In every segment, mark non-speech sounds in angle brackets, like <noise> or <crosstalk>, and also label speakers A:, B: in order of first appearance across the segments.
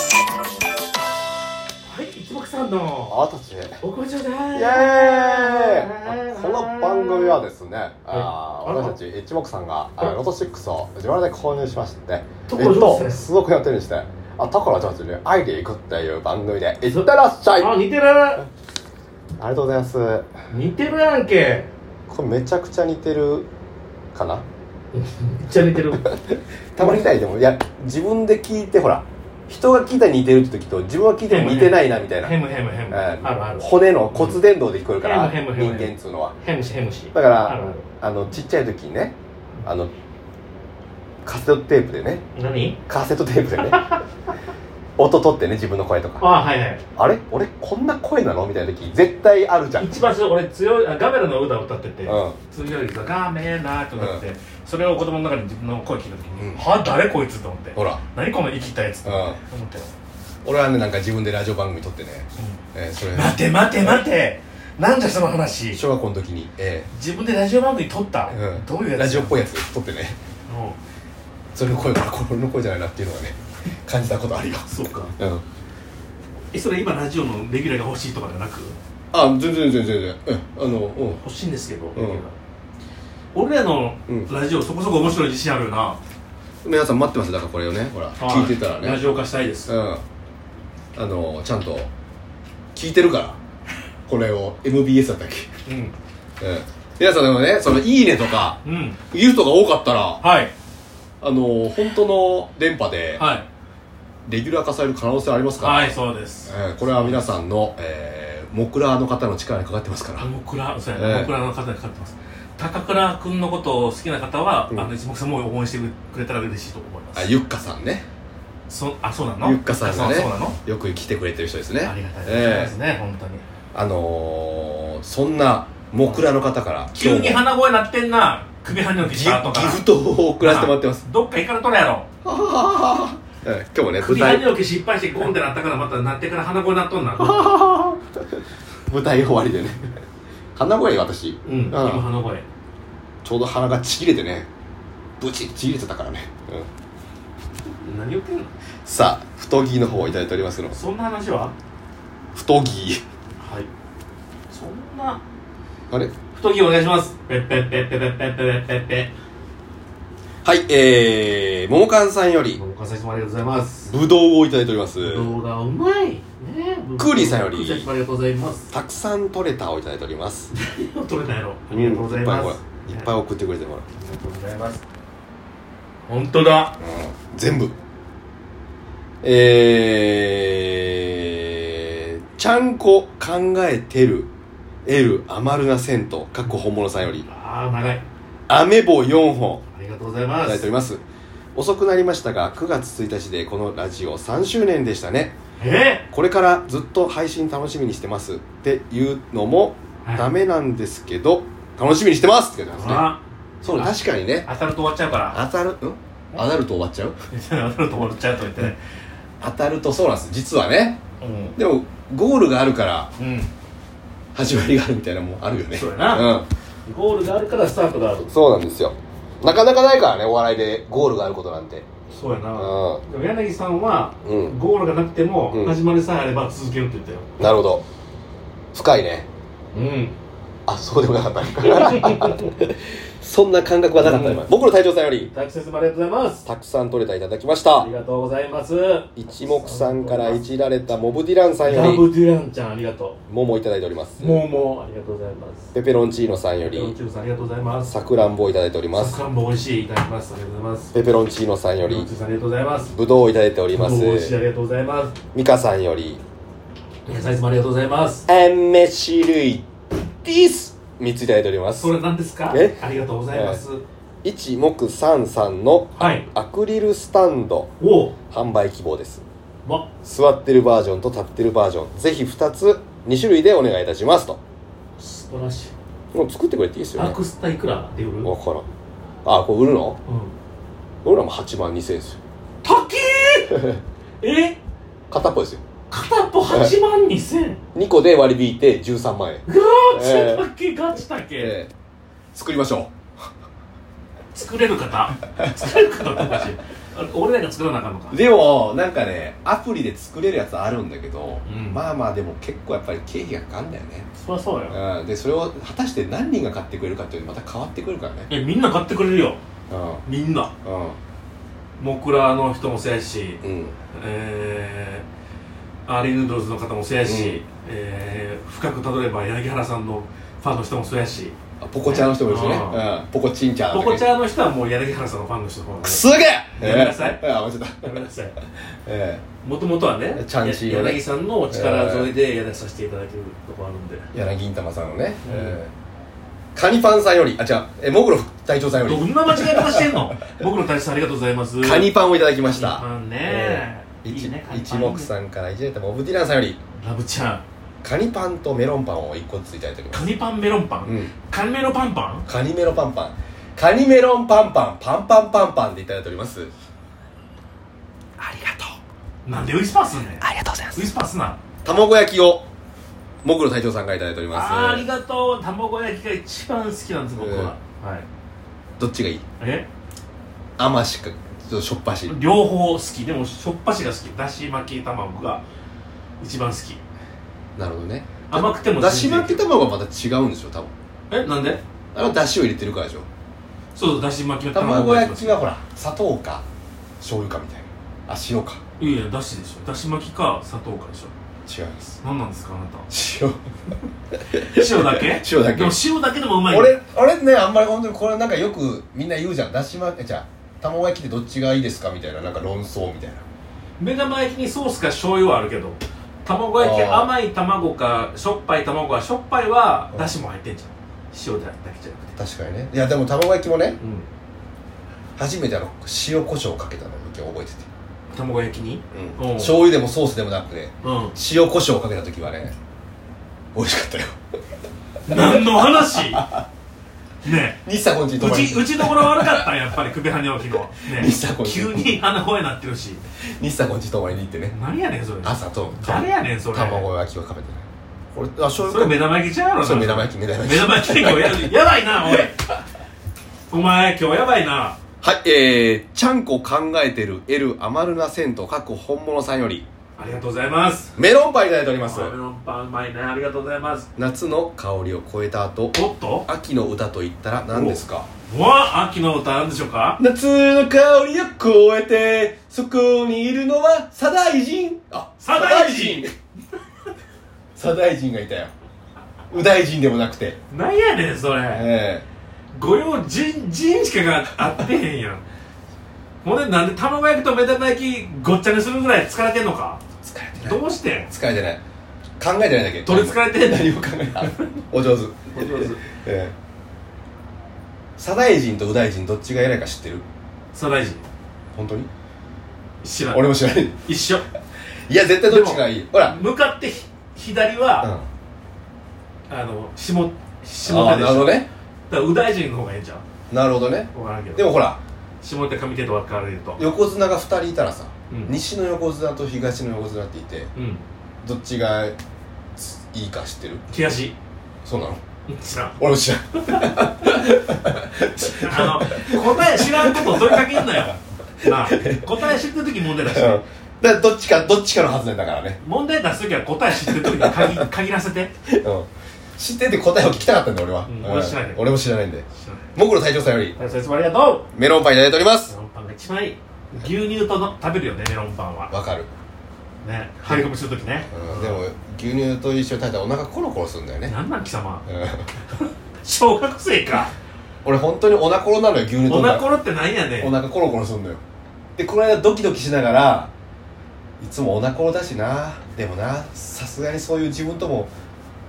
A: はい、一目散の
B: あたちイエーイ
A: お紅茶で
B: この番組はですね、あー
A: あら
B: 私たち一目さんがあのロト6を自腹で購入しまして
A: ところ上手ですね
B: すごくやってるにしてあところ上手に会いに行くっていう番組で行ってらっしゃいあ
A: あ、似てる
B: りがとうございます
A: 似てるやんけ
B: これめちゃくちゃ似てるかな
A: めっちゃ似てる
B: たまにたいでもいや自分で聞いてほら人が聞いたら似てるって時と自分が聞いても似てないなみたいな、
A: ヘムヘムヘム
B: えー
A: あるある
B: 骨の骨伝導で聞こえるから
A: ヘ
B: 人
A: ムヘムヘム
B: 間っつうのは
A: ヘムシヘムシ
B: だから
A: あるある
B: あのちっちゃい時にねあのカセットテープでね
A: 何
B: カセットテープで
A: <laughs>
B: ね音取ってね自分の声と
A: あ
B: か
A: あはいはい
B: あれ俺こんな声なのみたいな時絶対あるじゃんうん
A: 一番強い俺強いあガメラの歌を歌ってて、
B: うん
A: 通常よりさガメラとかって、それを子供の中で自分の声聞いた時に、
B: うん
A: は誰こいつと思って
B: ほら
A: 何この生きたやつと思って思って、
B: 俺はねなんか自分でラジオ番組撮ってね、
A: う
B: えーそれ
A: ん待て待て待てなんじゃその話
B: 小学校の時に、え
A: 自分でラジオ番組撮った、
B: ーうん、
A: どういうやつ
B: ラジオっぽいやつ撮ってね
A: うん
B: それの声がこれ俺の声じゃないなっていうのがね感じたことあるよ
A: そうか
B: うん
A: えそれ今ラジオのレギュラーが欲しいとかじゃなく
B: あ全然全然全然うんあのうん
A: 欲しいんですけど、
B: ん
A: レギュラー俺らの
B: うん
A: ラジオ、そこそこ面白い自信あるよな、
B: 皆さん待ってますだからこれをねほら
A: はい
B: 聞いてたらね
A: ラジオ化したいです、
B: うんあのちゃんと聞いてるからこれを MBS だったっけ
A: うん
B: うん皆さんでもねその「いいね」とか
A: うん
B: ギフトが多かったら
A: はい
B: あの本当の電波で
A: はい
B: レギュラー化される可能性ありますから、
A: はいそうです
B: うんこれは皆さんのえーモクラーの方の力にかかってますから
A: もくらそう
B: え
A: や
B: え
A: もくらの方にかかってます高倉君のことを好きな方は、
B: うん
A: あの一目さんも応援してくれたら嬉しいと思いま
B: あ
A: す
B: ゆっかさんね
A: そあそうなの
B: ゆっかさんがね
A: あそうそうなの
B: よく来てくれてる人ですね
A: ありがたいで
B: え
A: す
B: え
A: ね、本当に
B: あのーそんなモクラーの方から今
A: 急
B: 日
A: に
B: も
A: 鼻声鳴ってんな首跳ねの
B: ギ
A: き
B: ギ
A: した後から
B: フトを送らせてもらってます
A: どっか行かれとるやろ
B: うん今日もね舞
A: 首
B: 台
A: 跳ねのき失敗してゴンってなったからまた鳴ってから鼻声鳴っ
B: <laughs>
A: とんな
B: 舞台終わりでね鼻声私、
A: うん今鼻声
B: ちょうど鼻がちぎれてねブチッちぎれてたからね、うん
A: 何言ってんの
B: さあ太着の方をいただいておりますけど
A: そんな話は
B: 太着
A: はいそんな
B: あれ
A: 太着お願いしますペッペッペッペッペッペッペッペッペッ
B: はいえー、ももかんさんより
A: どうもお母さんいつもありがとうございます
B: ぶどうをいただいております
A: 動画うまいねえ
B: クーリーさんより
A: クーリーさんいつもありがとうございます
B: たくさん取れたをいただいております
A: 取れたやろありがとうございま
B: いっ
A: す
B: ぱいほらいっぱい
A: あ
B: 送ってくれてもらう、
A: りがとうございます本当だ
B: うん、全部えー、ちゃんこ考えてる L 余るな銭湯かっこ本物さんより
A: ああ長い
B: アメボ4本
A: ありがとうござい
B: い
A: ま
B: ただいてお
A: す
B: ります遅くなりましたが9月1日でこのラジオ3周年でしたね
A: え
B: これからずっと配信楽しみにしてますっていうのも
A: はい
B: ダメなんですけど楽しみにしてますって書いてますね
A: あ
B: そう確かにね
A: 当たると終わっちゃうから <laughs>
B: 当たるん当たると終わっちゃう
A: 当たると終わっちゃうと言ってね
B: 当たるとそうなんです実はね
A: うん
B: でもゴールがあるから
A: うん
B: 始まりがあるみたいなのもあるよね
A: そうやな
B: うん
A: ゴールがあるからスタートがある
B: そうなんですよなかなかないからねお笑いでゴールがあることなんて
A: そうや
B: う
A: なんでも柳さんは
B: うん
A: ゴールがなくても
B: うん
A: 始まりさえあれば続けるって言ったよ
B: なるほど深いね
A: <laughs> うん
B: あそうでもなかった <laughs> そんな感覚はなかった、今僕の隊長さんより
A: 大吉先生もありがとうございます
B: たくさん取れたいただきまし
A: あ
B: た
A: りがとうございます
B: 一目さんからいじられたモブディランさんよ
A: ラ
B: り
A: ブデュランちゃんありがと
B: ももいただいております
A: うもうもうありがとうございます
B: ペペロンチーノさんよ
A: ヨン
B: り
A: チューブさんありがとうございます
B: さくらんぼをいただいておりま
A: さく
B: す
A: らんぼ美味しいいただきますありがとうございます
B: ペペロンチーノさんよ
A: ヨン
B: り
A: チューブさんありがとうございます
B: ぶどうをいただいておりま
A: どうも美味しいあ
B: す
A: りがとうございます
B: ミカさんより
A: 皆さんいつもありがとうございます
B: あんめしるいです3ついただいております
A: それ何ですか
B: え
A: ありがとうございます
B: 一目三さんの
A: はい
B: アクリルスタンド
A: おお
B: 販売希望です
A: わ
B: 座ってるバージョンと立ってるバージョンぜひ2つ2種類でお願いいたしますと
A: 素晴らしい
B: もう作ってくれていいですよ
A: ア
B: ね
A: クスタいくらで売る
B: 分からんあこれ売るの
A: うん
B: 俺らも8万2000円ですよ
A: 高 <laughs> ええ
B: 片っぽですよ
A: 片っぽ8万2千
B: 2個で割り引いて13万円
A: ガチ
B: ええ
A: だっけガチだっけ
B: ええ作りましょう
A: 作れる <laughs> 方作れる方っておかしいあ俺らが作らなあかんのか
B: でもなんかねアプリで作れるやつあるんだけど、
A: うん
B: まあまあでも結構やっぱり経費がかかるんだよね、
A: そりゃそうよ
B: うん、でそれを果たして何人が買ってくれるかっていうのまた変わってくるからね
A: いやみんな買ってくれるよ
B: うん
A: みんな
B: うん
A: モクラの人もそうやし
B: うん
A: えー、アーリーヌードルズの方もそうやし、
B: うん
A: えー深くたどれば柳原さんのファンの人もそうやし
B: あポコチャの人もいるしね、
A: う
B: うん、ポコチンチャー
A: ポコチャーの人はもう柳原さんのファンの人の方が
B: くすげえ
A: やめなさい
B: えーあ間違えた
A: やめなさい
B: え
A: もともとはね
B: ちゃんちよね
A: 柳さんのお力添えでやらさせていただけるとこあるんで、
B: ー、柳銀玉さんのね、
A: うん
B: えーカニパンさんよりあ違うえーモグロ隊長さんよ
A: ど
B: り
A: んな間違い方して
B: <laughs>
A: んの僕の大使さんありがとうございます
B: カニパンをいただきまし
A: カ
B: た
A: ニパンね
B: えー一
A: いいねカニパンね
B: 一目散からいじれたモブディランさんより
A: ラブちゃん
B: カニパンとメロンパンを一個ずついただいておりま
A: カ
B: す
A: ニパンメロンパン、
B: うん
A: カニメロパンパン
B: カニメロパンパンカニメロンパンパンパンパンパンパンでいただいておりますありがとう
A: なんでウィスパーすんねんウ
B: りがとうございま
A: ィスパーすな
B: 卵焼きをモグロ隊長さんがいただいております
A: あーありがとう卵焼きが一番好きなんです僕は、はい
B: どっちがいい
A: え
B: 甘しかちょっとしょっぱし
A: 両方好きでもしょっぱしが好きだし巻き卵が一番好き
B: なるほどね
A: 甘くても
B: だし巻き
A: 全然
B: 卵はまた違うんでしょ多分
A: えなんで
B: あのだしを入れてるからでしょ
A: そうそうだし巻きの
B: 卵焼き
A: が
B: はほら砂糖か醤油かみたいなあ塩か
A: 一番好きいやいやだしでしょだし巻きか砂糖かでしょ
B: 違い <laughs> ます
A: 何なんですかあなた
B: 塩
A: 塩だ <laughs> け
B: 塩だけ
A: でも塩だけでもうまいよ
B: 俺俺ねあんまり本当にこれなんかよくみんな言うじゃんだし巻きじゃあ卵焼きってどっちがいいですかみたいななんか論争みたいな
A: 目玉焼きにソースか醤油はあるけど卵焼き
B: あー
A: 甘い卵かしょっぱい卵はしょっぱいは
B: うん
A: だしも入ってんじゃん塩だけじゃなくて
B: 確かにねいやでも卵焼きもね
A: うん
B: 初めてあの塩コショウかけたのを今日覚えてて、
A: 卵焼きに
B: うん
A: おう
B: 醤油でもソースでもなくね
A: うん
B: 塩コショウかけた時はね美味しかったよ
A: <laughs> 何の話ねえ
B: 西さこんちに泊
A: う
B: まり
A: ち、うちの頃悪かったんやっぱり、首跳ね起きの。ね
B: ミスターコン
A: 急に鼻声なってるし。
B: 西さこんちに泊まりに行ってね
A: 何やねん、それ。
B: 朝と
A: 誰やねん、それ。
B: 卵焼きを食べてねこれあ醤
A: それ
B: 油
A: 目玉焼きちゃうやろ、
B: そう目
A: れ
B: 玉焼き目玉焼
A: 目
B: き
A: 玉焼きで今日やる。やばいな、おい。お前、今日やばいな。
B: はいえー、ちゃんこ考えてる L 余るな銭湯各本物さんより
A: ありがとうございます。
B: メロンパンいただいております
A: メロンパンうまいね、ありがとうございます。
B: 夏の香りを超えた後
A: おっと
B: 秋の歌といったら何ですか
A: うわ秋の歌なんでしょうか
B: 夏の香りを超えてそこにいるのは左大臣あ
A: 左
B: <laughs>
A: 大臣
B: 左大臣がいたよ右大臣でもなくて
A: 何やねん、それ。
B: え
A: ご用人、人しかがあってへんやん。ほんで、なんで卵焼きと目玉焼きごっちゃにするぐらい疲れてんのか
B: え疲れてない
A: どうしてん
B: 疲れてない考えてないだけ
A: 取りつかれてんの
B: <laughs> 何も考えないお上手
A: お上手
B: ええ左大臣と右大臣どっちが偉いか知ってる
A: 左大臣
B: 本当に
A: 知らん
B: 俺も知らないい
A: 一緒
B: や絶対どっちがいいほら
A: 向かってひ左
B: うん
A: は、あの下下
B: あ
A: 手
B: ー
A: で
B: な
A: し
B: るほ
A: ょ
B: ど
A: だか
B: ね
A: ら右大臣の方がええんじゃん
B: なるほどね
A: 分からんけど
B: でもほら
A: 下手上手と分かれると
B: 横綱が2人いたらさ、
A: うん
B: 西の横綱と東の横綱っていて
A: うん
B: どっちがいいか知ってる
A: 東
B: そうなの
A: 知らん
B: 俺も
A: <laughs>
B: 知らん
A: あの答え知らんことを問いかけんなよなあ答え知ってる時問題出し
B: だ
A: て
B: からどっちかどっちかのはずなんだからね、
A: 問題出す時は答え知ってる時に限
B: <laughs>
A: 限らせて
B: うん、知ってて答えを聞きたかったんだ俺は、
A: うん俺知らない
B: 俺も知らないんで
A: 知らない
B: モグロ隊長さんより
A: はい先生もありがと
B: メロンパンいただいておりま
A: う
B: す
A: メロンパンが一番いい牛乳との食べるよねメロンパンは
B: わかる、
A: ね張り込みする時ね
B: うん、でも牛乳と一緒に食べたらお腹コロコロするんだよね、
A: なんなん貴様
B: うん、
A: 小学生か
B: 俺本当におなころなのよ牛乳と
A: お
B: んだ
A: な
B: ら
A: ころってなんやね
B: お
A: ん
B: 腹コロコロすんのよでこの間ドキドキしながらいつもおなころだしなでもなさすがにそういう自分とも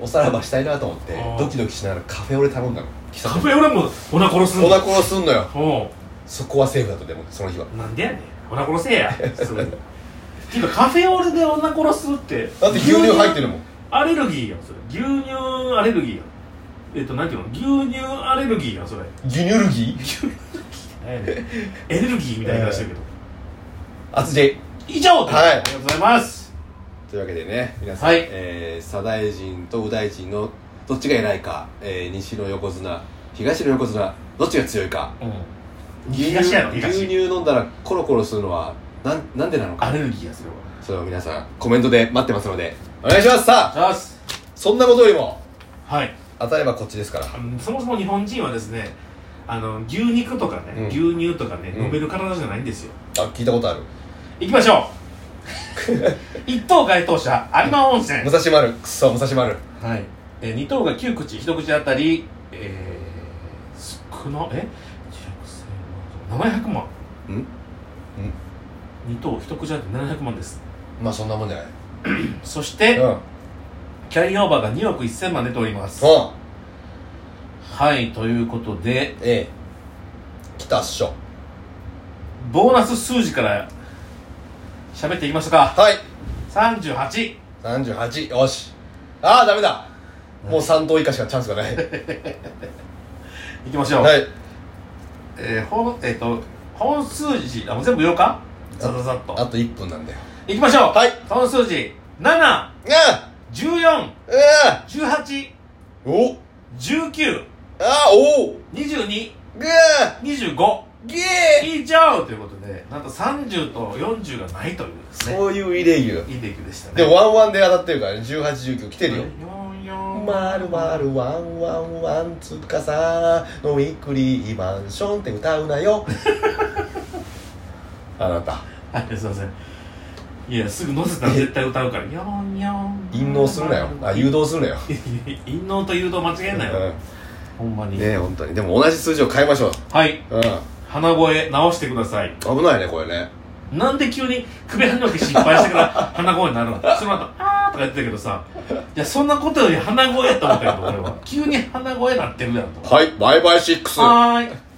B: おさらばしたいなと思って
A: あー
B: ドキドキしながらカフェオレ頼んだの喫茶
A: カ
B: 店
A: フェオレもおなころすん
B: お
A: の
B: なころすんのよ
A: お
B: そこはセーフだとでもその日は
A: うなんでやねんおなころせえ
B: <laughs>
A: や普通にていうかカフェオレでおなころするって
B: だって牛乳入ってるもん
A: アレルギーやんそれ牛乳アレルギーやんえっとなんていうの牛乳アレルギーやんそ
B: <laughs>
A: れ
B: 牛乳ルギー
A: 何やねんエネルギーみたいな話してるけど
B: あつじ
A: 以上
B: はい
A: ありがとうございます
B: というわけでね皆さん、
A: はい
B: えー左大臣と右大臣のどっちが偉いか、えー西の横綱東の横綱どっちが強いか
A: うん東やろ東
B: 牛乳飲んだらコロコロするのはなんなんでなのか
A: アレルギーやそれは
B: それを皆さんコメントで待ってますのでお願いしますさあ
A: よし
B: そんなことよりも
A: はい
B: 当たればこっちですから
C: あのそもそも日本人はですねあの牛肉とかね、
B: う
C: 牛乳とかね
B: うん
C: 飲める体じゃないんですよ、
B: あ聞いたことある
A: 行きましょ
B: <laughs>
A: う一等該当者有馬温泉
B: 武蔵丸くそ武蔵丸
A: はい、えー、2等が9口1口あたりえー、少なえ1 0 0万700万
B: んん
A: 2等1口あたり700万です
B: まあそんなもんじゃない
A: そして、
B: うんうん
A: キャリーオーバーが2億1000万出ておりますはいということで
B: ええ来たっしょ
A: ボーナス数字から喋っていきましょうか
B: はい
A: 38
B: 38よしああダメだもう3等以下しかチャンスがない
A: いきましょう、
B: はい
A: えー、ほんえっ、と本数字あもう全部言おうかざざざっと
B: あと1分なんだよ
A: いきましょう
B: はい
A: 本数字7
B: あ
A: 14
B: ああ
A: 18
B: あお
A: 19
B: ああおう
A: 22
B: ぐあ
A: 25
B: げえ
A: 以上ということでなんと30と40がないというですね
B: そういうイレギュラー
A: いい出来でしたね
B: でワンワンで当たってるからね1819来てるよ
A: 44
B: まるまるワンワンワンつかさのウィークリーマンションって歌うなよ <laughs> あなた
A: はいすいませんいやすぐ載せたら絶対歌うから44
B: 引導するなよあ誘導するなよ
A: <laughs> 陰謀と誘導間違えんなよ、ほんま
B: うん
A: に、
B: ねえ本当にでも同じ数字を変えましょう
A: はい
B: うん
A: 鼻声直してください
B: 危ないねこれね
A: なんで急に首はんの毛失敗してから鼻声になるのその後あーとか言ってたけどさいやそんなことより鼻声と思ったけど俺は急に鼻声なってるやんと
B: はいバイバイシックス
A: はーい